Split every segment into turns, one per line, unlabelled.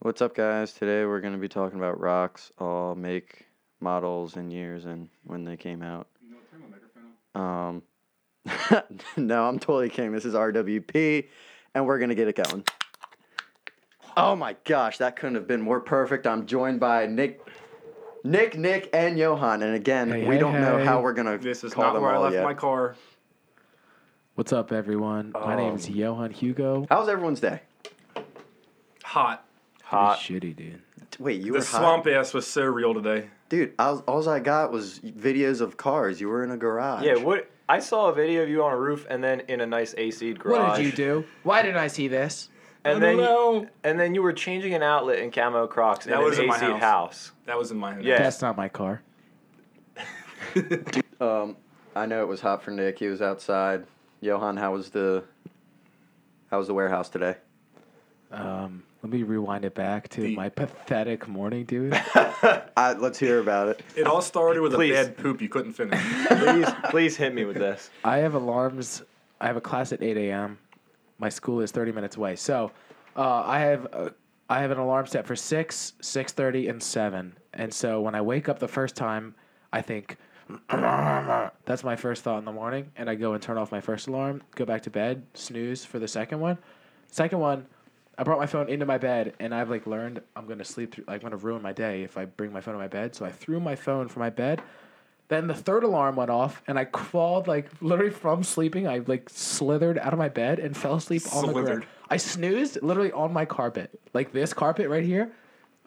What's up, guys? Today we're going to be talking about rocks, all make, models, and years, and when they came out.
No, turn my microphone on.
Um, no, I'm totally kidding. This is RWP, and we're going to get it going. Oh my gosh, that couldn't have been more perfect. I'm joined by Nick, Nick, Nick, and Johan. And again,
Hey,
we
hey,
don't know
hey.
how we're going to
This is
call
not
them
where I
all
left
yet.
my car.
What's up, everyone? My name is
Um,
Johan Hugo.
How's everyone's day?
Hot.
Pretty shitty, dude.
Wait, you
The
were hot.
swamp ass was so real today.
Dude, I was, all I got was videos of cars. You were in a garage.
Yeah, what I saw a video of you on a roof and then in a nice AC garage.
What did you do? Why did I see this?
And
I
then
don't know.
and then you were changing an outlet in camo Crocs
That
in
was
an
in my
AC
house. That was in my head.
Yeah.
That's not my car.
Um, I know it was hot for Nick. He was outside. Johan, how was the how was the warehouse today?
Um, let me rewind it back to
The-
my pathetic morning, dude.
I, let's hear about it.
It all started with
Please.
a bad poop you couldn't finish.
Please, please hit me with this.
I have alarms. I have a class at 8 a.m. My school is 30 minutes away, so uh, I have a, I have an alarm set for six, 6:30, and seven. And so when I wake up the first time, I think that's my first thought in the morning, and I go and turn off my first alarm, go back to bed, snooze for the second one. Second one, I brought my phone into my bed, and I've like learned I'm gonna sleep through, like, I'm gonna ruin my day if I bring my phone to my bed. So I threw my phone from my bed. Then the third alarm went off, and I crawled like literally from sleeping. I like slithered out of my bed and fell asleep on the ground.
Slithered.
I snoozed literally on my carpet, like this carpet right here.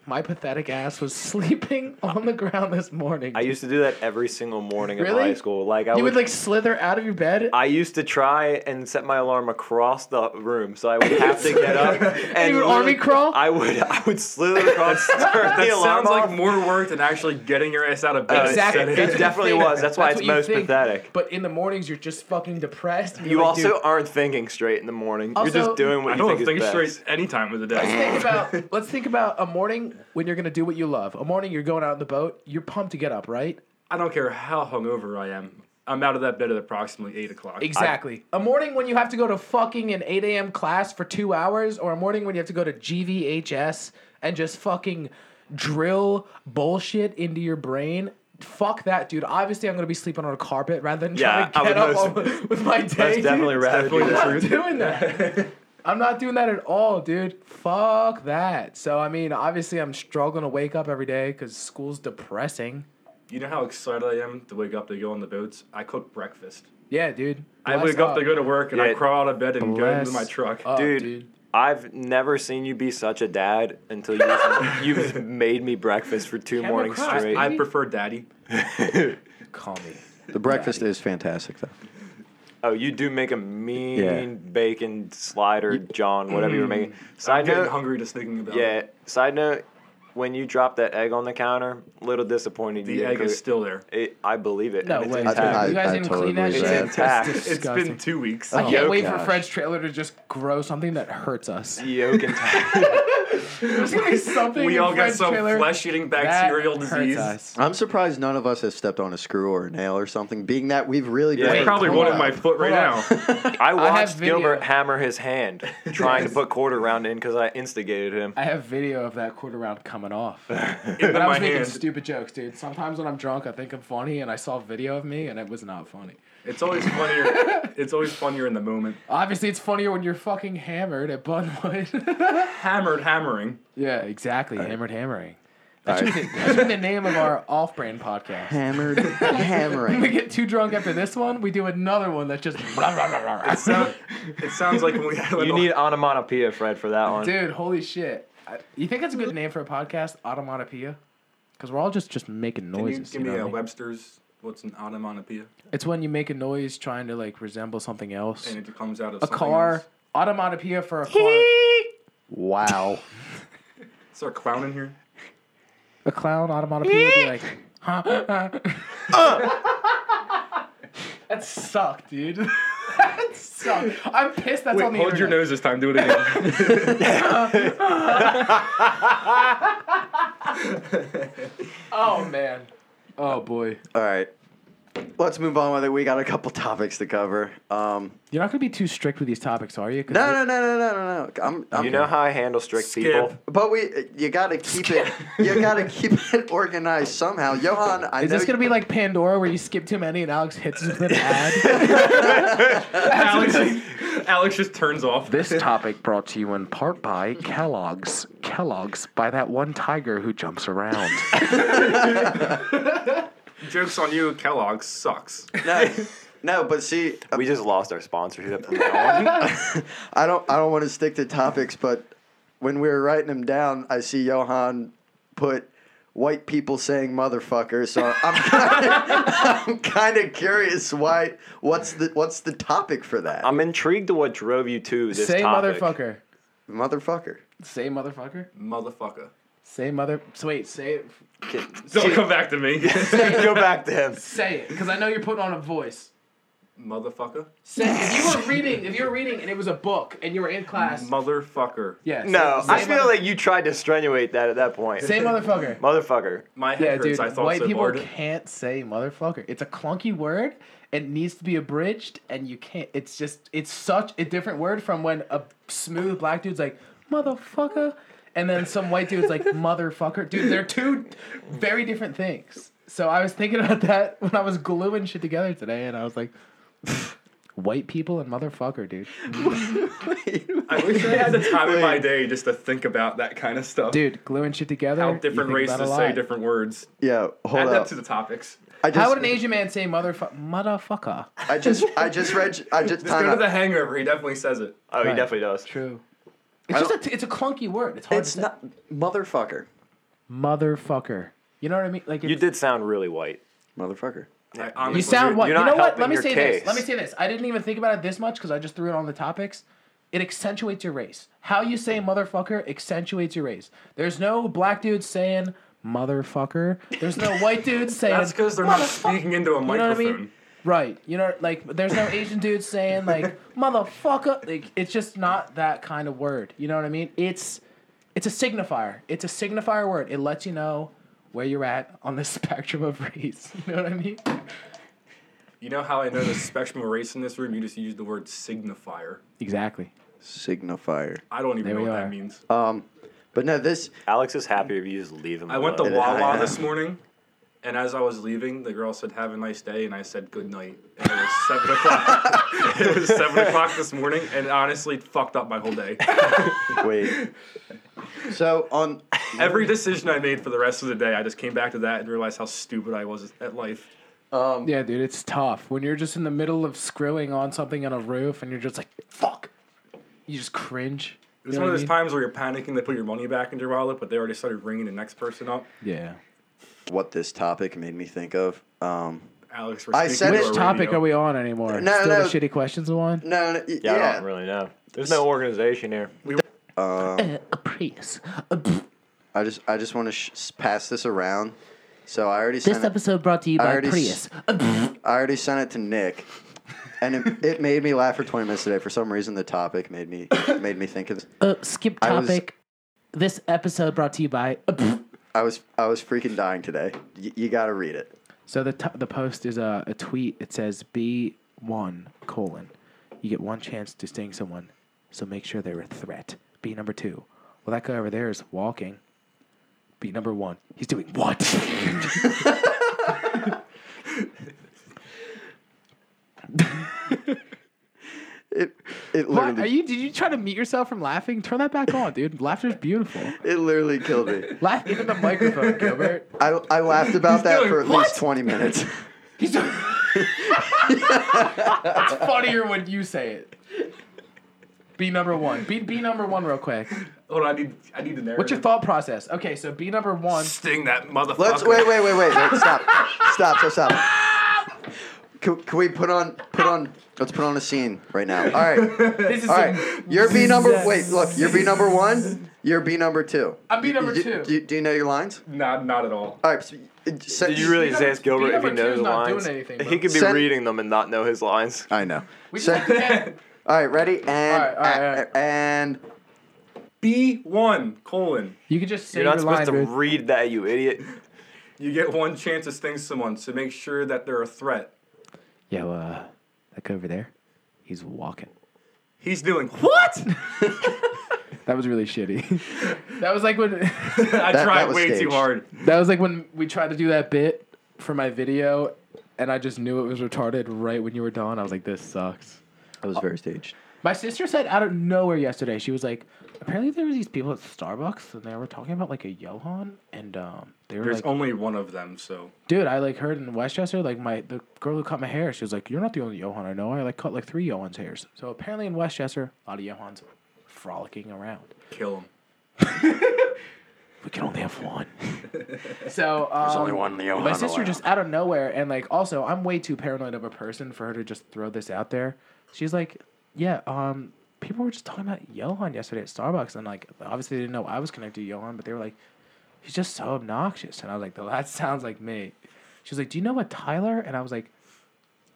My pathetic ass was sleeping on the ground this morning.
I used to do that every single morning in
Really?
high school. Like I
you
would,
would like slither out of your bed.
I used to try and set my alarm across the room, so I would have to get up and,
you would army
literally-
crawl?
I would, I would slither across. turn
that
the alarm
sounds like
off.
more work than actually getting your ass out of bed.
Exactly. That's
Set it.
It
what you
definitely
think.
was. That's why
That's
it's
what you
most
think.
pathetic.
But in the mornings, you're just fucking depressed. and you're
You
like,
also
dude,
aren't thinking straight in the morning.
Also-
You're just doing
I
what you
don't
think,
think
is best.
straight any time of the
Think
day.
about let's think about a morning when you're gonna do what you love. A morning you're going out on the boat. You're pumped to get up, right?
I don't care how hungover I am. I'm out of that bed at approximately eight o'clock.
Exactly. A morning when you have to go to fucking an 8 a.m. class for two hours, or a morning when you have to go to GVHS and just fucking drill bullshit into your brain. Fuck that, dude. Obviously, I'm gonna be sleeping on a carpet rather than
Yeah,
trying
I
to get
would
up
most-
on- with my day.
That's
dude.
definitely rather do
I'm
definitely the
that.
not doing that. I'm not doing that at all, dude. Fuck that. So I mean, obviously, I'm struggling to wake up every day because school's depressing.
You know how excited I am to wake up to go on the boats? I cook breakfast.
Yeah, dude.
I wake up to go to work and I
Yeah.
crawl out of bed and go
Bless
into my truck.
up,
Dude, I've never seen you be such a dad until you you've made me breakfast for two
Camera
mornings
crack.
straight.
I prefer daddy.
Call me.
The breakfast is fantastic, though.
oh, you do make a mean
Yeah.
bacon slider, John, whatever you were making.
I'm
Side
getting
note,
hungry just thinking about it.
yeah. Side note, when you dropped that egg on the counter, little disappointed. you
The
didn't
egg
cook
is
it.
still there.
It, I believe it.
No
and it's
way.
intact.
I-
you guys
I
didn't
totally
clean that
agree
shit.
with
That's
that. Intact. It's
It's
disgusting.
been two weeks.
I can't
Oh,
wait for
gosh.
French trailer to just grow something that hurts us.
Yolk intact.
There's gonna be something.
we
in
all got
French
some
trailer
flesh-eating
that
bacterial
hurts
disease.
us.
I'm surprised none of us has stepped on a screw or a nail or something, being that we've really
Yeah.
been
Wait,
Probably
hold
one in
on.
my foot right now.
Hold
I watched
video.
Gilbert hammer his hand trying to put quarter round in because I instigated him.
I have video of that quarter round coming off.
Into
But I was
my
making
hand.
stupid jokes, dude. Sometimes when I'm drunk, I think I'm funny, and I saw a video of me, and it was not funny.
It's always funnier. it's always funnier in the moment.
Obviously, it's funnier when you're fucking hammered at Budweiser.
Hammered, hammering.
yeah, exactly. Hammered hammering. That
All
should, be, that should be the name of our off-brand podcast.
Hammered,
We
hammering.
get too drunk after this one, we do another one that just.
So, it sounds like when we had a
You
little-
need onomatopoeia, Fred, for that one.
Dude, holy shit! I, you think that's a good name for a podcast, Automatopoeia? Because we're all just just making
Can you
noises.
give
you know
me
what I
a
mean?
Webster's? What's an onomatopoeia?
It's when you make a noise trying to like resemble something else.
And it comes out of
a car, automatopoeia for a car.
Wow.
Is there a clown in here?
a clown automatopoeia would be like, huh? Uh." that sucked, dude. that sucked. I'm pissed. That's on the
hold your
internet.
nose this time. Do it again.
Oh man. Oh boy. Oh,
All right. Let's move on with it. We got a couple topics to cover. Um,
You're not gonna be too strict with these topics, are you? 'Cause
no,
we-
no, no, no, no, no, no. I'm, I'm
You know how I handle strict
Skip.
people?
But we, you gotta keep it. You gotta keep it organized somehow. Johan, I
Is
know
this gonna be like Pandora where you skip too many and Alex hits us with an ad?
Alex, Alex just turns off.
this topic brought to you in part by Kellogg's. Kellogg's by that one tiger who jumps around.
Jokes on you, Kellogg sucks.
no, no, but see,
We just lost our sponsorship from that one.
I don't, I don't want to stick to topics, but when we were writing them down, I see Johan put white people saying motherfucker. So I'm, kinda, I'm kind of curious why. What's the, what's the topic for that?
I'm intrigued to what drove you to this
Say
topic.
motherfucker.
motherfucker.
Say motherfucker.
Motherfucker.
Say mother. So wait, say it.
Don't come back to me.
Go back to him.
Say it, because I know you're putting on a voice.
Motherfucker.
Say if you were reading, if you were reading, and it was a book, and you were in class.
Motherfucker.
Yeah. say-
No,
say
I feel
mother-
like you tried to strenuate that at that point.
Say motherfucker.
motherfucker.
My head
Yeah,
hurts.
dude.
I thought
White
so
people
hard.
can't say motherfucker. It's a clunky word. It needs to be abridged, and you can't. It's just. It's such a different word from when a smooth black dude's like motherfucker, and then some white dude's like motherfucker. Dude, they're two very different things. So I was thinking about that when I was gluing shit together today, and I was like, white people and motherfucker, dude.
I wish I had the time in my day just to think about that kind of stuff.
Dude, gluing shit together.
How
you
different
think about a
races say
lot.
different words.
Yeah, hold
Add that
up.
to the topics.
I just,
How would an Asian man say motherfucker? Motherfucker.
I just, I just read, I just.
Just
time
go to
out.
the hangover. He definitely says it.
Oh, he definitely does.
True. It's just a, t- it's a clunky word. It's hard
It's
to
not motherfucker.
say. Motherfucker. You know what I mean? Like
You
it's-
did sound really white.
Motherfucker.
I
You
honestly-
sound what? You
you're not
know what? Let
helping
me
your
say
case.
this. Let me say this. I didn't even think about it this much because I just threw it on the topics. It accentuates your race. How you say motherfucker accentuates your race. There's no black dude saying motherfucker. There's no white dude saying.
That's because they're not
"Motherfucker."
speaking into
You
a
know what I
microphone.
mean? Right. You know, like there's no Asian dude saying like motherfucker. Like it's just not that kind of word. You know what I mean? It's it's a signifier. It's a signifier word. It lets you know where you're at on the spectrum of race. You know what I mean?
You know how I know the spectrum of race in this room? You just used the word signifier.
Exactly.
Signifier.
I don't even
There
know
we
what that
are.
means.
Um, but no, this
Alex is happy if you just leave him.
I went to
alone.
is- I
Wawa
am.
this morning, and as I was leaving, the girl said, "Have a nice day," and I said, "Good night." And it was seven o'clock. it was seven o'clock this morning, and it honestly, fucked up my whole day.
wait. so on,
Every decision I made for the rest of the day, I just came back to that and realized how stupid I was at life.
Yeah, dude, it's tough when you're just in the middle of screwing on something on a roof and you're just like, fuck. You just cringe.
It was one of those times where you're panicking, they put your money back into your wallet, but they already started ringing the next person up.
Yeah.
what this topic made me think of. Um,
Alex, we're
I
speaking
said
to
it-
a
Which topic
radio.
are we on anymore?
No,
Still
no.
the shitty questions one?
no, no y-
Yeah,
yeah,
I don't really know. There's no organization here.
A Prius.
I just, I just want to sh- s- pass this around. So I already sent, it,
brought to you
I already s- I already sent it to Nick, and it, it made me laugh for twenty minutes today. For some reason, the topic made me made me think of.
Uh, skip
I was-
This episode brought to you by.
I was, I was freaking dying today. Y- you got to read it.
So the t- the post is a, a tweet. It says B one colon. You get one chance to sting someone, so make sure they're a threat. B number two. Well, that guy over there is walking. B number one. He's doing what?
It, it literally,
what? Are you? Did you try to mute yourself from laughing? Turn that back on, dude. Laughter's beautiful.
it literally killed me.
Laugh even the microphone, Gilbert.
I, I laughed about that
doing
for at
what?
least twenty minutes.
He's. it's funnier when you say it. B number one. B B number one, real quick.
Hold on, I need, I need the narrative.
What's your thought process? Okay, so B number one.
Sting that motherfucker.
Let's wait, wait, wait, wait, wait. Stop, stop, stop, stop. Can, can we put on put on? Let's put on a scene right now. All right,
This is
all
some-
right. You're B number. Wait, look. You're B number one. You're B number two.
I'm B number
You-
two.
Do, you- do you know your lines?
Not, not at all.
All right. So, so-
Did you really
Speed
just
number-
ask Gilbert
speed
if he
number two
knows
is
the
not doing
lines?
anything,
he
bro.
could be
Send-
reading them and not know his lines.
Uh,
I know.
we just
So-
have to get-
all right, ready and
All right, all right, all right.
and
B one colon.
You could just say
You're not
your
supposed
line,
to
dude.
read that, you idiot.
You get one chance to sting someone, so make sure that they're a threat.
Yo, uh, that guy over there, he's walking.
He's doing what?
That was really shitty. that was like when
I tried
was
way too
staged.
hard.
that was like when we tried to do that bit for my video, and I just knew it was retarded right when you were done. I was like, this sucks.
It was very staged.
My sister said out of nowhere yesterday, she was like, apparently there were these people at Starbucks and they were talking about like a Johan and um they were
There's
like
only one of them, so
dude, I like heard in Westchester, like my the girl who cut my hair, she was like, You're not the only Johan I know. I like cut like three Johan's hairs. So apparently in Westchester, a lot of Johans frolicking around.
kill him.
We can only have one. so um,
There's only one Johan
My sister
allowed.
just out of nowhere, and like also, I'm way too paranoid of a person for her to just throw this out there. She's like, yeah, um, people were just talking about Johan yesterday at Starbucks, and like obviously they didn't know I was connected to Johan, but they were like, he's just so obnoxious, and I was like, that sounds like me. She was like, do you know a Tyler? And I was like,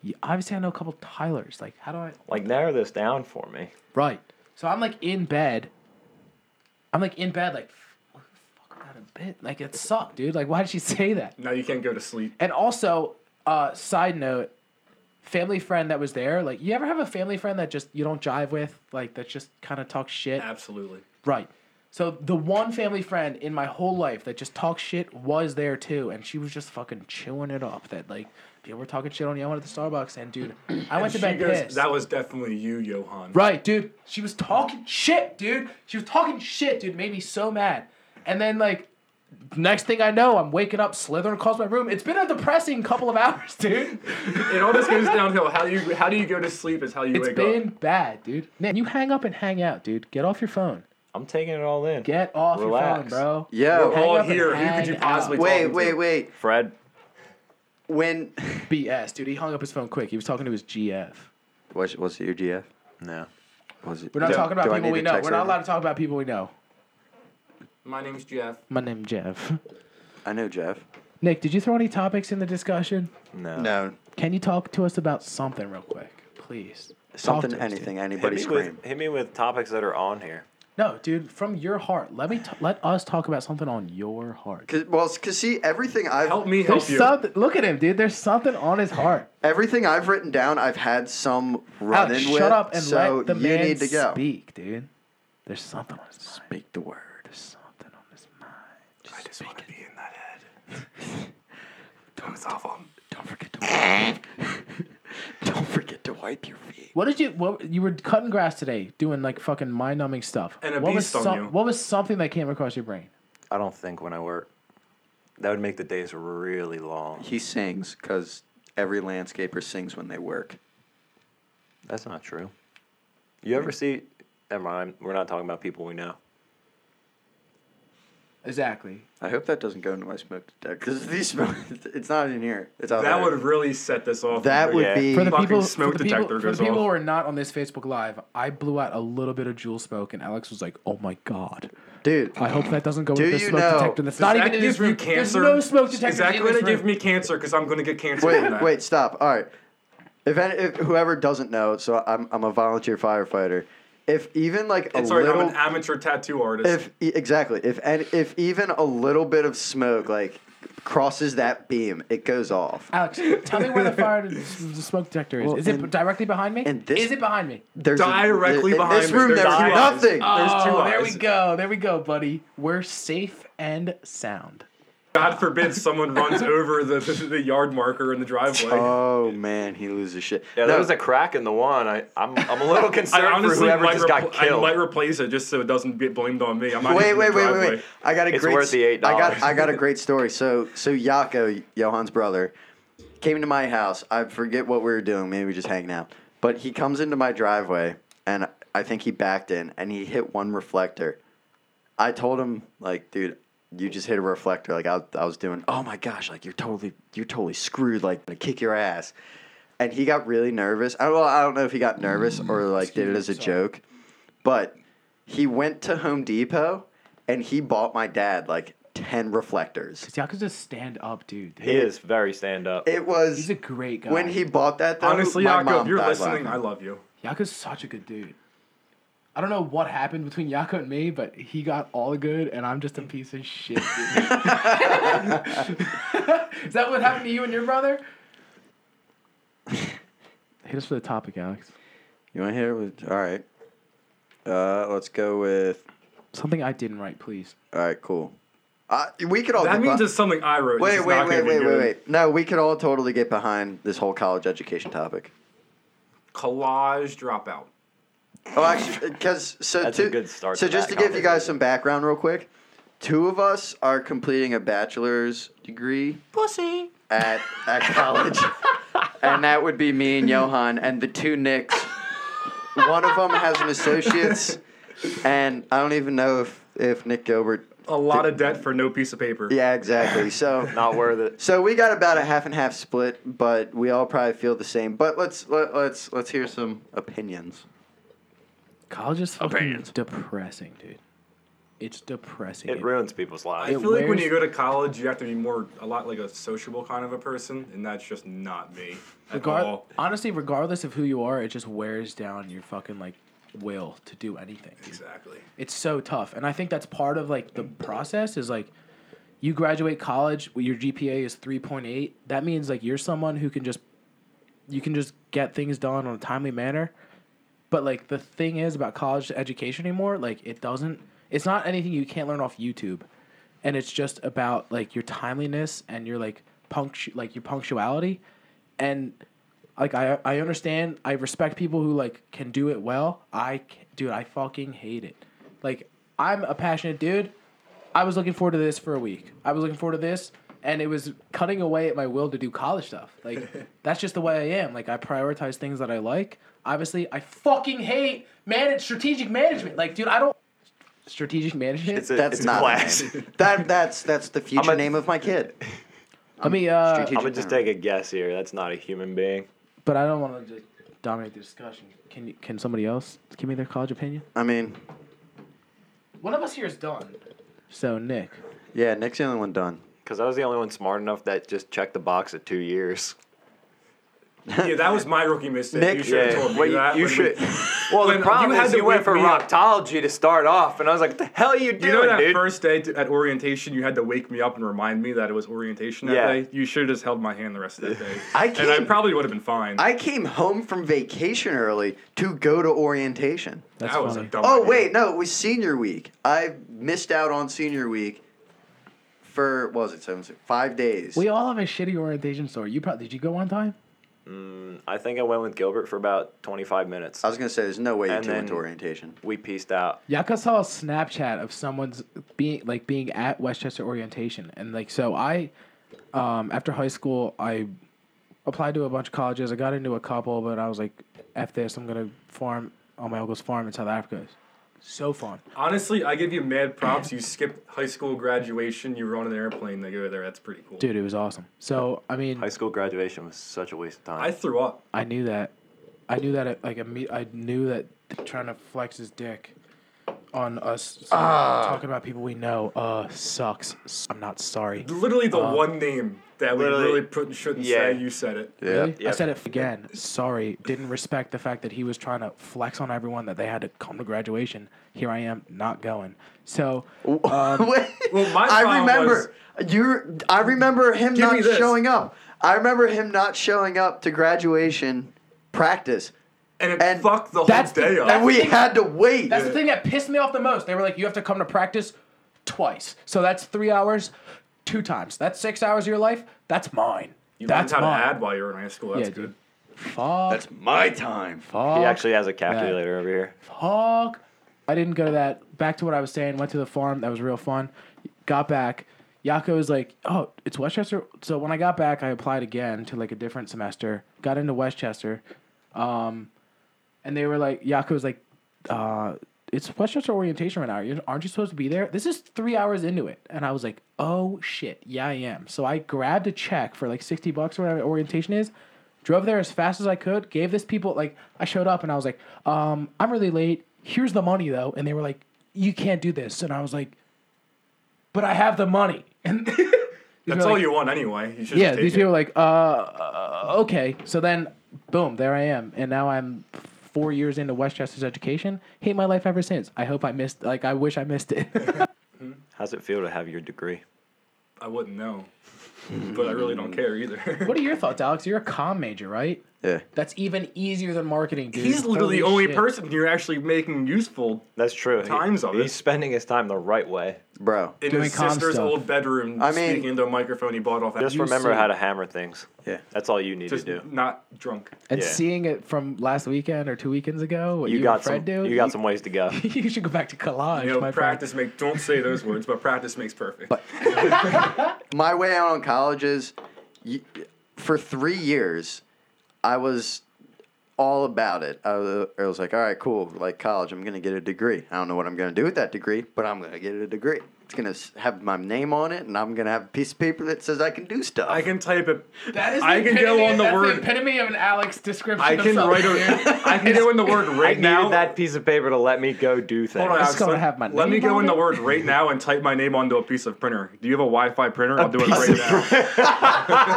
yeah, obviously I know a couple Tylers. Like, how do I?
Like narrow this down for me.
Right. So I'm like in bed. I'm like in bed, like what the fuck out of bed. Like it sucked, dude. Like why did she say that?
Now you can't go to sleep.
And also, uh, side note, family friend that was there. Like you ever have a family friend that just you don't jive with, like that just kind of talks shit.
Absolutely.
Right. So the one family friend in my whole life that just talks shit was there too, and she was just fucking chewing it up. That like people were talking shit on Yohan at the Starbucks, and dude, I went to
She
bed
goes,
pissed.
that was definitely you, Johan.
Right, dude. She was talking shit, dude. She was talking shit, dude. Made me so mad. And then like, next thing I know, I'm waking up, slithering across my room. It's been a depressing couple of hours, dude.
It all just goes downhill. How do you how do you go to sleep is how you
It's
wake
been
up.
bad, dude. Man, you hang up and hang out, dude. Get off your phone.
I'm taking it all in.
Get off your phone,
Relax.
bro.
Yeah.
We're
Hang
all
up and
here. Who could you
hang
possibly
out.
talk
Wait,
to?
wait, wait.
Fred,
When
BS, dude. He hung up his phone quick. He was talking to his GF.
was was it your GF?
no.
Was it?
We're not
do-
talking about
do I
people
need
we
to
know.
text
We're not
her?
allowed to talk about people we know.
My name's Jeff.
My name Jeff.
I know Jeff.
Nick, did you throw any topics in the discussion?
No.
No,
Can you talk to us about something real quick, please? Talk
something,
to us, dude.
anything,
Hit
anybody
me,
scream.
with, hit me with topics that are on here.
No, dude, from your heart. Let me t- let us talk about something on your heart.
Cause, well, cause see, everything I've
Help me help
There's
you.
something. Look at him, dude. There's something on his heart.
everything I've written down, I've had some run
Alex,
in
shut
with.
up and
so
let the
you
man
need to go.
speak, dude. There's something on his mind.
Speak the word.
There's something on his mind.
I just want to be in that head. Don't stop him.
Don't forget to. Don't forget to wipe your feet.
What did you? What you were cutting grass today, doing like fucking mind-numbing stuff.
And a
what
bee
was
stung you.
What was something that came across your brain?
I don't think when I work. That would make the days really long.
He sings because every landscaper sings when they work.
That's not true. You ever see? Never mind. We're not talking about people we know.
Exactly.
I hope that doesn't go into my smoke detector because these smoke, it's not in here. It's out
That
there.
would really set this off.
that would
Yeah.
be
For the
Fucking
people,
smoke
for the people,
detector
for
goes
the people
off.
who are not on this Facebook Live, I blew out a little bit of jewel smoke, and Alex was like, "Oh my god."
dude.
I hope that doesn't go
Do
into the
you
smoke
know-
detector. That's
Does
not
that
even in
give
this
you
room.
Cancer?
There's no smoke detector.
Is that
in
going
this
to give
room.
me cancer? Because I'm going to get cancer. from
Wait,
that.
wait, stop. All right. If, any, if whoever doesn't know, so I'm I'm a volunteer firefighter. If even like a
It's alright.
little,
I'm an amateur tattoo artist.
if e- exactly if and if even a little bit of smoke like crosses that beam, it goes off.
Alex, tell me where the fire the smoke detector is.
Well,
is it
and-
directly behind me?
and this-
is it behind me?
There's a-
Directly
in
behind
this
me,
room.
there's
There's
eyes.
nothing.
There's two
oh, there we
eyes.
go. There we go, buddy. We're safe and sound.
God forbid someone runs over the, the yard marker in the driveway.
Oh man, he loses shit.
Yeah,
No,
there was a crack in the one. I, I'm, I'm a little
I
concerned for
honestly
whoever
might,
just
repl-
got
I
killed.
might replace it just so it doesn't get blamed on me. I'm not
Wait,
even
wait,
in the
wait, wait,
driveway.
wait! I got a
It's
great.
worth
s-
the $8.
I got, I got a great story. So, so Yako, Johan's brother, came to my house. I forget what we were doing. Maybe we were just hanging out. But he comes into my driveway, and I think he backed in, and he hit one reflector. I told him, like, dude, you just hit a reflector. Like, I, I was doing. Oh my gosh! Like, you're totally, you're totally screwed. Like, gonna kick your ass. And he got really nervous. I, well, I don't know if he got nervous or like did it as a joke, but he went to Home Depot and he bought my dad like 10 reflectors.
Yakuza's a stand up dude.
He is very stand up.
It was
He's a great guy.
when he bought that though.
Honestly,
my
Yaakov,
mom
if you're
died
listening, I
laughing.
love you.
Yakuza's such a good dude. I don't know what happened between Yako and me, but he got all good, and I'm just a piece of shit. dude. Is that what happened to you and your brother? Hit us for the topic, Alex.
You want to hear? What, all right. Uh, let's go with.
Something I didn't write, please.
All right, cool. Uh, we could all.
That
get
means
bu-
it's something I wrote.
wait,
This is
wait,
not
wait,
gonna be
wait, wait,
good.
wait. No, we could all totally get behind this whole college education topic.
Collage dropout.
Oh, actually, because so
That's
two,
a good start
So
to
just
that
to give you guys
conversation.
some background, real quick, two of us are completing a bachelor's degree
Pussy.
at at college, and that would be me and Johan, and the two Nicks. One of them has an associate's, and I don't even know if if Nick Gilbert.
A lot of debt for no piece of paper.
Yeah, exactly. So
Not worth it.
So we got about a half and half split, but we all probably feel the same. But let's let, let's let's hear some opinions.
College is fucking
Opinions.
depressing, dude. It's depressing.
It ruins people's
I
lives.
feel like when
wears-
you go to college, you have to be more a lot like a sociable kind of a person, and that's just not me at
Regar-
all.
honestly, regardless of who you are, it just wears down your fucking like will to do anything. dude.
Exactly.
It's so tough, and I think that's part of like the process is like you graduate college, your GPA is three point eight. That means like you're someone who can just you can just get things done on a timely manner. But like the thing is about college education anymore, like it doesn't. It's not anything you can't learn off YouTube, and it's just about like your timeliness and your like punctu like your punctuality, and like I I understand I respect people who like can do it well. I c- dude I fucking hate it. Like I'm a passionate dude. I was looking forward to this for a week. I was looking forward to this, and it was cutting away at my will to do college stuff. Like that's just the way I am. Like I prioritize things that I like. Obviously, I fucking hate manage strategic management. Like, dude, I don't strategic management.
It's a,
That's
it's
not
a class.
a name. that that's that's the future
a-
name of my kid.
Let me. Uh,
Strategic
I'm gonna just
planner.
take a guess here. That's not a human being.
but I don't want to dominate the discussion. Can you, can somebody else give me their college opinion?
I mean,
One of us here is done. So Nick,
yeah, Nick's the only one done.
Because I was the only one smart enough that just checked the box at two years.
Yeah, that was my rookie mistake.
Nick-
you should have told me
Well, you-
that.
you
when we-
should. well,
when
the
you
problem
had
is
to
you went
wake
for
me up.
proctology to start off, and I was like, "What the hell are you doing,
You know that
dude?"
first day t- at orientation, you had to wake me up and remind me that it was orientation that
Yeah.
day. You should have just held my hand the rest of that day,
I
and I
can't-
probably would have been fine.
I came home from vacation early to go to orientation.
that's
that was
funny.
a dumb.
Oh
idea.
wait, no, it was senior week. I missed out on senior week for what was it seven five days.
we all have a shitty orientation story. You probably did you go on time?
I think I went with Gilbert for about 25 minutes.
I was gonna say there's no way you
And
two went to
then-
orientation.
We pieced out.
Yaka saw a Snapchat of someone's being like being at Westchester orientation, and like so I, um, after high school I applied to a bunch of colleges. I got into a couple, but I was like, f this, I'm gonna farm on my uncle's farm in South Africa. So fun.
Honestly, I give you mad props. You skipped high school graduation. You were on an airplane to go there. That's pretty cool.
Dude, it was awesome. So I mean,
High school graduation was such a waste of time.
I threw up.
I knew that. I knew that. It, like imme- I knew that th- trying to flex his dick on us talking about people we know uh sucks. S- I'm not sorry.
Literally the
Uh,
one name that we
literally-
really put, shouldn't
yeah.
say. You said it.
Really? I
Yep.
said it again. Sorry, didn't respect the fact that he was trying to flex on everyone that they had to come to graduation. Here I am, not going. So
Wait,
Well, my
I
problem
remember you. I remember him
Give me
not
this.
showing up. I remember him not showing up to graduation practice,
And it
And
fucked the whole
that's the-
day up.
and we
think-
had to wait.
that's the thing that pissed me off the most. They were like, "You have to come to practice twice." So that's three hours, two times. That's six hours of your life. That's mine.
you learned
that's
how to
mine.
add while you were in high school. That's
yeah,
good.
dude. Fuck.
my time.
fuck.
he actually has a calculator over here.
Hawk. Oh, I didn't go to that. Back to what I was saying. Went to the farm. That was real fun. Got back. Yako was like, "Oh, it's Westchester." So when I got back, I applied again to like a different semester. Got into Westchester, um, and they were like, Yako was like, uh, "It's Westchester orientation right now. You- Aren't you supposed to be there?" This is three hours into it, and I was like, "Oh shit, yeah, I am." So I grabbed a check for like sixty bucks or whatever orientation is. Drove there as fast as I could. Gave this people like I showed up and I was like, um, "I'm really late. Here's the money though," and they were like, "You can't do this," and I was like, "But I have the money." And
That's all you want anyway. You should
yeah,
take
these
it.
people are like, uh, uh, okay. So then, boom, there I am, and now I'm four years into Westchester's education. Hate my life ever since. I hope I missed. Like I wish I missed it.
How's it feel to have your degree?
I wouldn't know, but I really don't care either.
what are your thoughts, Alex? You're a com major, right?
Yeah.
That's even easier than marketing, dude.
He's literally the
Holy
only
shit.
person you're actually making useful
That's true.
Times of
he's
it.
spending his time the right way.
Bro.
in
Doing
his
comm
sister's
stuff.
old bedroom,
I mean-
speaking into a microphone he bought off.
Just
Amazon.
remember
see-
how to hammer things.
Yeah.
That's all you need
just
to do.
not drunk.
And
Yeah.
seeing it from last weekend or two weekends ago, what you,
You, got
and Fred
some.
do,
You got some ways to go.
you should go back to collage,
You know,
my friend.
practice make. Don't say those words, but practice makes perfect.
my way out on college is y- for three years i was all about it I was, I was like all right cool like college i'm gonna get a degree i don't know what i'm gonna do with that degree but i'm gonna get a degree it's gonna s- have my name on it and i'm gonna have a piece of paper that says i can do stuff
I can type it.
That is
I
the
can go
epitome-
on the
that's
word-
epitome of an Alex description.
I can write. A, I can go in the word
I
right
needed
now.
that piece of paper to let me go do things.
Hold on, Alex,
go
let,
have my
let me
name
go
on
in the
it.
word right now and type my name onto a piece of printer. Do you have a Wi-Fi printer? i I'll do it right now.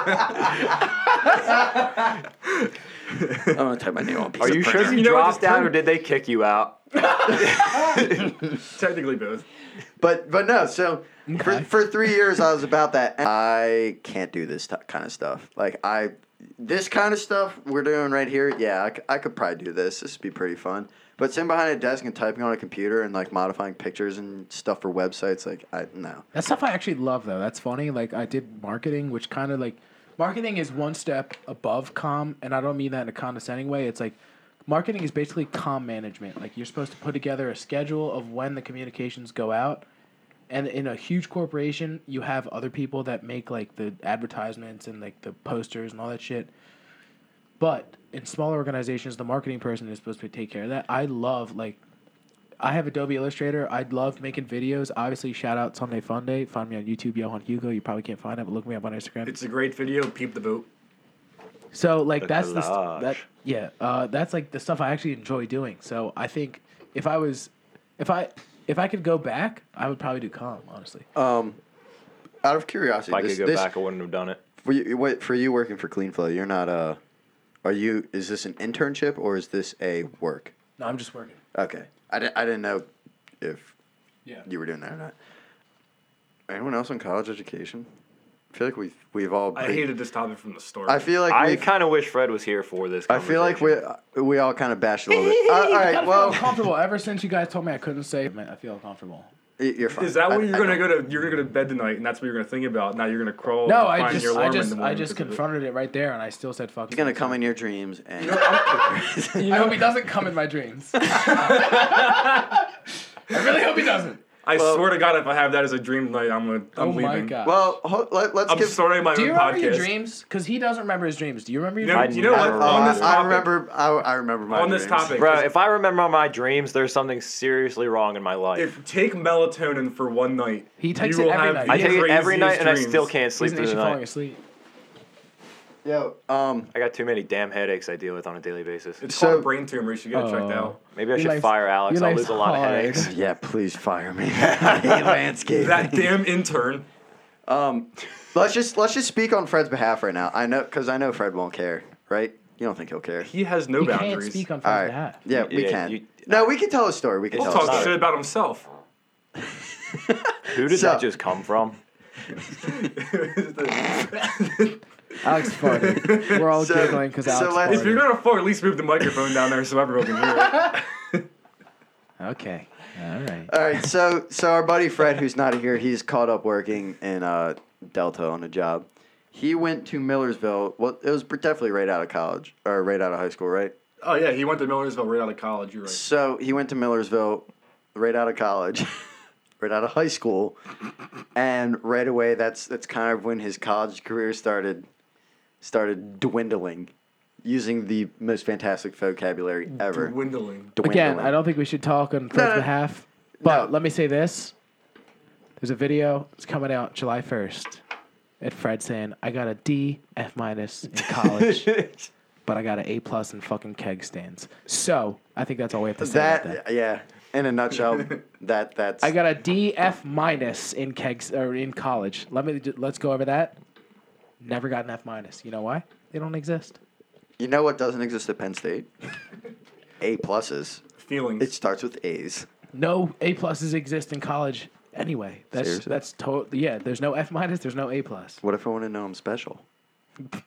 i'm gonna type my name on a piece
Are
of
you
paper.
sure you,
You know what
dropped
this
out
turned-
or did they kick you out?
Technically both.
but but no so for,
Okay.
for three years i was about that and i can't do this t- kind of stuff like i this kind of stuff we're doing right here yeah I, c- I could probably do this this would be pretty fun but sitting behind a desk and typing on a computer and like modifying pictures and stuff for websites like i no
That's stuff I actually love though. That's funny. Like I did marketing, which kind of like marketing is one step above com, and I don't mean that in a condescending way. It's like marketing is basically com management. Like you're supposed to put together a schedule of when the communications go out. And in a huge corporation, you have other people that make like the advertisements and like the posters and all that shit. But in smaller organizations, the marketing person is supposed to take care of that. I love like I have Adobe Illustrator. I love making videos. Obviously, shout out Sunday Fun Day. Find me on YouTube, Johan Hugo. You probably can't find it, but look me up on Instagram.
It's a great video. Peep the boat.
so like that's the st-
collage.
that yeah uh, that's like the stuff I actually enjoy doing. So I think if I was if I if I could go back, I would probably do com honestly.
Oh. Um, out of curiosity
If I
this,
could go
this-
back, I wouldn't have done it.
for you, wait, for you working for clean flow you're not uh are you is this an internship or is this a work
no, I'm just working.
okay i, di- I didn't know if
Yeah.
you were doing that or not. Anyone else on college education? I feel like we've we've all.
I
pre-
hated this topic from the start.
I feel like
I
we've-
kind of wish Fred was here for this.
I feel like we
conversation.
we all kind of bashed a little bit. Uh, all right,
well,
well,
uncomfortable. Ever since you guys told me I couldn't say, man, I feel uncomfortable.
y- you're fine.
Is that
I-
what you're
I
gonna
don't-
go to? You're gonna go to bed tonight, and that's what you're gonna think about. Now you're gonna crawl.
No,
and
I
find
just,
your
I
alarm in
just,
the
I
morning
just
because of it.
confronted it right there, and I still said fuck.
He's gonna come in your dreams and
I hope he doesn't come in my dreams. I really hope he doesn't.
I swear to God, if I have that as a dream tonight, I'm gonna. I'm
oh
leaving.
my god.
well, ho- let, let's
I'm
give.
starting my
do you
own
remember
podcast.
your dreams? Because he doesn't remember his dreams. Do you remember your
You know,
I
dreams?
you know what?
never-
on
Uh,
this
I
topic,
remember. I, I remember my
on this
dreams.
topic,
Bro,
is-
if I remember my dreams, there's something seriously wrong in my life.
if take melatonin for one night,
He takes
you
it
will
every
have
night.
the
I take it every night
craziest
and I
dreams.
still can't sleep
He's an
through the
issue falling
night.
asleep.
Yo, um,
I got too many damn headaches I deal with on a daily basis.
It's
So-
called brain tumor. You should get it checked
Oh.
out.
Maybe I
Your
should
life's-
fire Alex.
your
I'll
life's
lose a lot
hard.
of headaches.
yeah, please fire me. I hate landscaping. Um,
That damn intern.
let's just let's just speak on Fred's behalf right now. I know because I know Fred won't care, right? You don't think he'll care?
He has no
You can't
boundaries.
speak on
All
Fred's
right.
behalf.
Yeah, we
Yeah,
can.
you-
no, we can tell a story. We can
He'll
tell a
talk
story.
shit about himself.
Who did
So-
that just come from?
Alex farted. We're all
So-
giggling because
so
Alex
let's-
if you're
farted.
gonna fart, at least move the microphone down there so everyone can hear it.
Okay. All right.
All right, so so our buddy Fred, who's not here, he's caught up working in uh, Delta on a job. He went to Millersville. Well, it was definitely right out of college or right out of high school, right?
Oh yeah, he went to Millersville right out of college. You're right.
So he went to Millersville, right out of college, right out of high school, and right away that's that's kind of when his college career started started dwindling, using the most fantastic vocabulary ever.
Dwindling.
Again,
Dwindling.
I don't think we should talk on Fred's
no.
behalf. But
No.
let me say this: there's a video. It's coming out July 1st. At Fred saying, "I got a D, F minus in college, but I got an A plus in fucking keg stands." So I think that's all we have to say about that.
That yeah, in a nutshell, that that's
I got a D, F minus in kegs or in college. Let me let's go over that. Never got an F minus. You know why? They don't exist.
You know what doesn't exist at Penn State? A pluses.
Feelings.
It starts with A's.
No A pluses exist in college anyway. That's
Seriously?
that's totally yeah. There's no F minus. There's no A plus.
What if I want to know I'm special?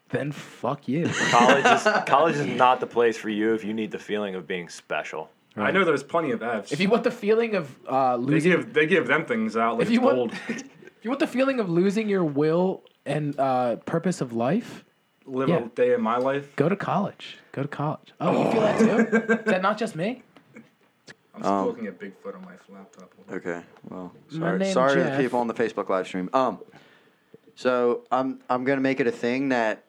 Then fuck you.
College is college is not the place for you if you need the feeling of being special.
I know there's plenty of Fs.
if you want the feeling of uh,
they
losing,
give they give them things out like
if you
it's
want,
old.
if you want the feeling of losing your will and uh, purpose of life,
Live
yeah.
a day in my life.
go to college. Go to college. Oh, you feel that too? Is that not just me?
I'm still looking at Bigfoot on my laptop. Hold on.
Okay. Well,
My
sorry,
name's
sorry to the
Jeff.
people on the Facebook live stream. Um, so I'm I'm gonna make it a thing that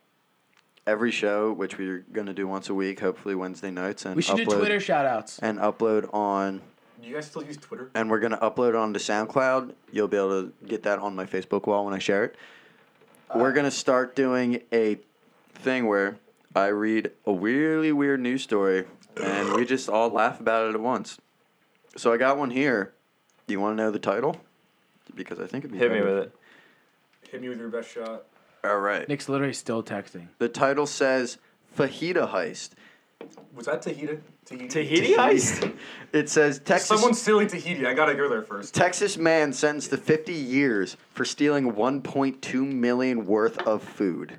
every show, which we're gonna do once a week, hopefully Wednesday nights, and
We should
upload,
do Twitter shout outs.
and upload on,
You guys still use Twitter?
and we're gonna upload onto SoundCloud. You'll be able to get that on my Facebook wall when I share it. we're gonna start doing a thing where I read a really weird news story, and we just all laugh about it at once. So I got one here. Do you want to know the title? Because I think it'd be
Hit me
better.
with it.
Hit me with your best shot.
All right.
Nick's literally still texting.
The title says fajita heist.
Was that Tahiti? Tahiti.
Tahiti heist.
It says Texas
Someone's stealing Tahiti. I gotta go there first.
Texas man sentenced to 50 years for stealing 1.2 million worth of food.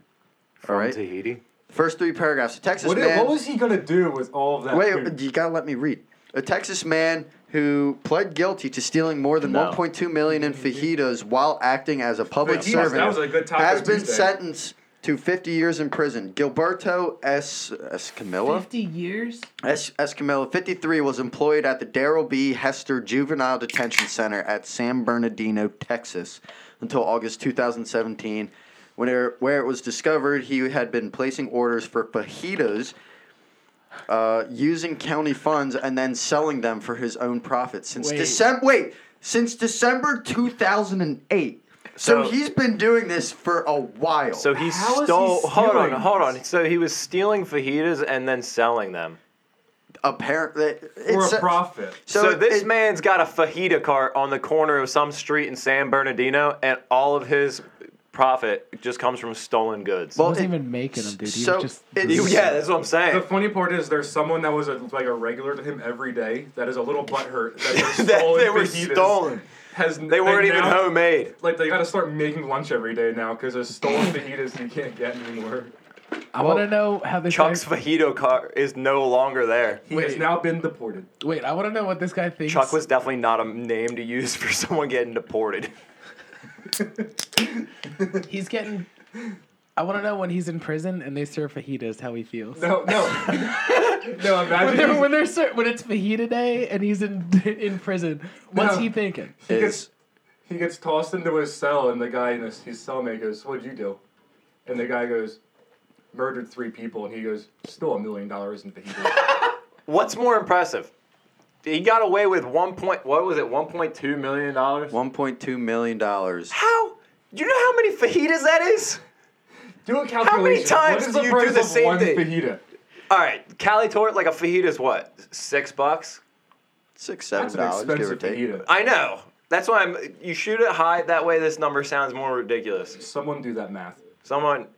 All right.
Tahiti.
First three paragraphs. A Texas
What,
man.
what was he gonna do with all of that?
Wait,
food?
you gotta let me read. A Texas man who pled guilty to stealing more than
No.
1.2 million in fajitas while acting as a public
Fajitas,
servant
that was a good Taco
has been
Tuesday.
sentenced to 50 years in prison. Gilberto S. Escamilla,
Fifty years.
S. Escamilla, 53, was employed at the Darrell B. Hester Juvenile Detention Center at San Bernardino, Texas, until August 2017, when it- where it was discovered he had been placing orders for fajitas uh, using county funds and then selling them for his own profit since
Wait.
December. Wait, since December 2008. So,
So-
he's been doing this for a while.
So
How
he
is he
stole. hold on,
stealing
hold on.
these?
So he was stealing fajitas and then selling them.
apparently,
For
it's-
a profit.
So, this
it-
man's got a fajita cart on the corner of some street in San Bernardino, and all of his profit just comes from stolen goods.
Well,
wasn't
it-
even making them, dude. He
so
was just
it-
You- yeah, that's what I'm
The
saying.
funny part is there's someone that was a, like a regular to him every day that is a little butthurt that they
That
stolen
they were
fajitas.
stolen.
Has
They weren't even
now-
homemade.
Like they gotta start making lunch every day now because there's stolen fajitas you can't get anymore.
I want to know how this.
Chuck's
guy,
fajito cart is no longer there.
He has
Wait.
now been deported.
wait, I want to know what this guy thinks.
Chuck was definitely not a name to use for someone getting deported.
He's getting. I want to know when he's in prison and they serve fajitas, how he feels.
No, no, no.
When they're,
Imagine
when they're ser- when it's fajita day and he's in in prison, what's
No.
he thinking?
he, he
is-
gets he gets tossed into his cell and the guy in his, his cellmate goes, "What'd you do?" And the guy goes, "Murdered three people," and he goes, "Still a million dollars in fajitas."
What's more impressive? He got away with one point. What was it? One point two million dollars.
1.2 million dollars.
How? Do you know how many fajitas that is?
do a calculation. what is
times do
the
you do
price
the
of
same
one
thing?
Fajita?
All right, Cali tort like a fajita's what six bucks?
Six, seven
That's an
dollars, give or
expensive
take.
fajita.
I know. That's why I'm. You shoot it high. That way, this number sounds more ridiculous.
Someone do that math.
Someone,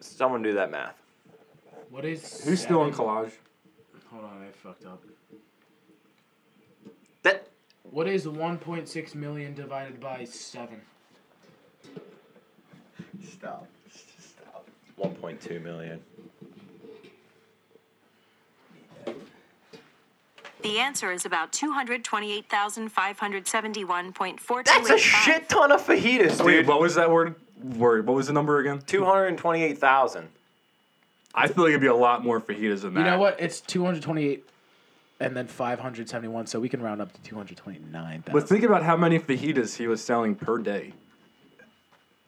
someone do that math.
What is
Who's still in collage?
Hold on, I fucked up.
That
What is 1.6 million divided by seven?
Stop.
one point two million.
The answer is about 228,571.4285.
That's a shit ton of fajitas,
Wait,
dude.
what was that word? Word. What was the number again?
Two hundred twenty-eight thousand.
I feel like it'd be a lot more fajitas than that.
You know what? It's 228 and then 571, so we can round up to 229.
But think about how many fajitas he was selling per day.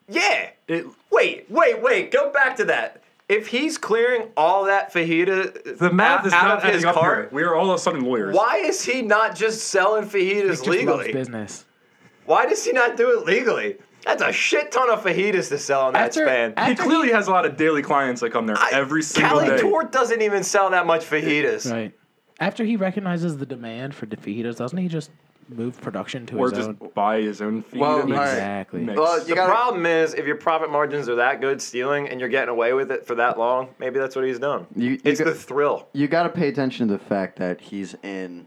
Yeah.
It
Wait, wait, wait. Go back to that. If he's clearing all that fajita,
the math
out,
is
out
not
of his
adding up
cart.
here. We are all of a sudden lawyers.
Why is he not just selling fajitas legally?
business.
Why does he not do it legally? That's a shit ton of fajitas to sell in that
After-
span.
a-
He clearly has a lot of daily clients that come there every single
Cali
day.
Tort doesn't even sell that much fajitas.
Right. After he recognizes the demand for fajitas, doesn't he just move production to
or
his
just
own.
buy his own feed.
Well,
and mix-
alright.
Exactly.
mix.
Well,
The
You gotta-
problem is, if your profit margins are that good stealing and you're getting away with it for that long, maybe that's what he's done.
You- you
it's
got-
the thrill.
You got to pay attention to the fact that he's in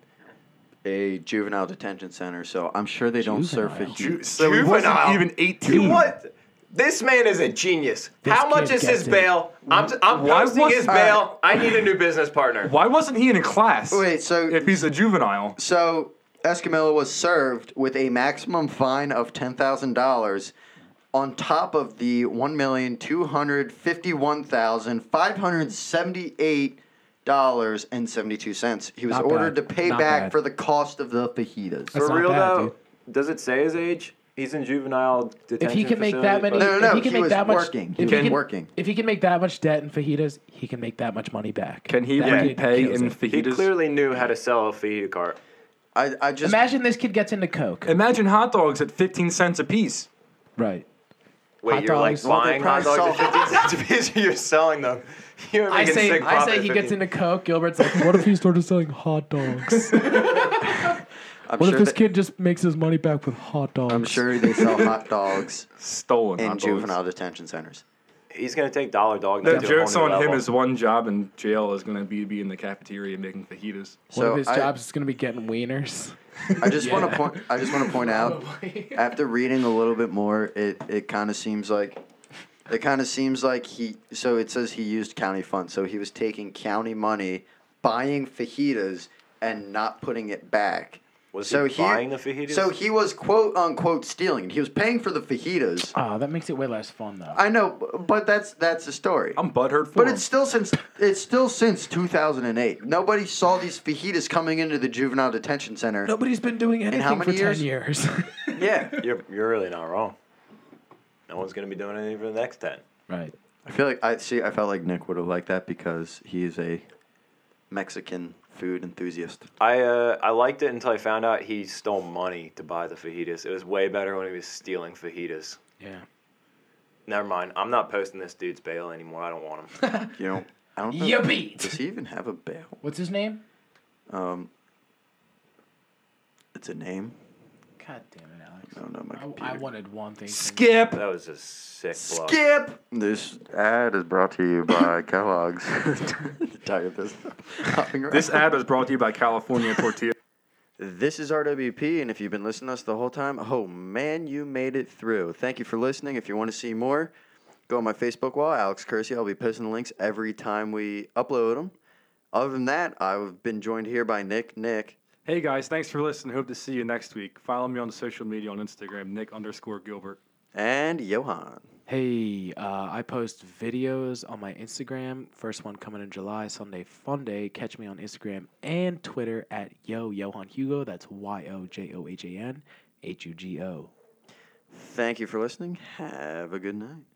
a juvenile detention center, so I'm sure they don't serve a
Juvenile.
huge.
so he wasn't
Juvenile.
even 18.
You what? This man is a genius.
This
How much
kid
is his
gets it.
bail? I'm, I'm
Why
posting
was-
his bail. I need a new business partner.
Why wasn't he in a class?
Wait, so-
if he's a juvenile,
So Escamilla was served with a maximum fine of ten thousand dollars, on top of the one million two hundred fifty-one thousand five hundred seventy-eight dollars and seventy-two cents. He was
Not
ordered
bad.
to pay
Not
back
bad.
for the cost of the fajitas.
That's
For
not
real
bad,
though, does it say his age? He's in juvenile detention.
If he can make that many,
facility,
No, no, no,
but-
if he can
he
make
was
that much,
working. He
if
was working.
If he can make that much debt in fajitas, he can make that much money back.
can he
That
Yeah.
kid
repay
kills
in
it.
he
fajitas?
clearly knew how to sell a fajita cart.
I, I just
Imagine this kid gets into coke.
Imagine hot dogs at 15 cents a piece.
Right.
Wait,
Hot
you're like
dogs. Well,
they
buying hot
probably
dogs at 15 cents a piece. You're selling them. You're
I
making
say,
sick
I
profit
say
at
he gets
15.
into coke. Gilbert's like, what if he started selling hot dogs?
I'm
What
sure
if this
that-
kid just makes his money back with hot dogs?
I'm sure they sell hot dogs
Stolen
in
hot dogs.
juvenile detention centers.
He's gonna take dollar dog.
The
now to a whole
jokes
new
on him
level.
is one job in jail is going to be be in the cafeteria making fajitas.
One
So
of his
I-
jobs is going to be getting wieners.
I just want to point. I just want to point out. After reading a little bit more, it it kind of seems like, it kind of seems like he. So it says he used county funds. So he was taking county money, buying fajitas, and not putting it back.
Was
so
he buying the fajitas?
So he was quote unquote stealing. He was paying for the fajitas.
Ah, that makes it way less fun though.
I know, b- but that's that's the story.
I'm butthurt for
but
him.
it's still since it's still since 2008. Nobody saw these fajitas coming into the juvenile detention center.
Nobody's been doing anything
how
for
many
ten years.
Yeah,
You're, you're really not wrong. No one's gonna be doing anything for the next ten.
right.
I feel like I see. I felt like Nick would have liked that because he is a Mexican food enthusiast.
I uh, I liked it until I found out he stole money to buy the fajitas. It was way better when he was stealing fajitas.
Yeah.
Never mind. I'm not posting this dude's bail anymore. I don't want him.
You know, I don't know.
You beat.
Does he even have a bail?
What's his name?
Um, it's a name.
God damn it, Alex.
I don't know my computer.
I, I wanted one thing. from-
Skip.
that was a sick block.
Skip. This ad is brought to you by Kellogg's. Tired of this. hopping around.
This ad was brought to you by California Tortilla.
This is RWP, and if you've been listening to us the whole time, oh man, you made it through. Thank you for listening. If you want to see more, go on my Facebook wall, Alex Kersey. I'll be posting links every time we upload them. Other than that, I've been joined here by Nick. Nick,
hey guys, thanks for listening. Hope to see you next week. Follow me on social media on Instagram, Nick underscore Gilbert.
and Johan.
Hey, uh, I post videos on my Instagram. First one coming in July, Sunday Fun Day. Catch me on Instagram and Twitter at Yo Johan Hugo. That's Y O J O H A N H U G O.
Thank you for listening. Have a good night.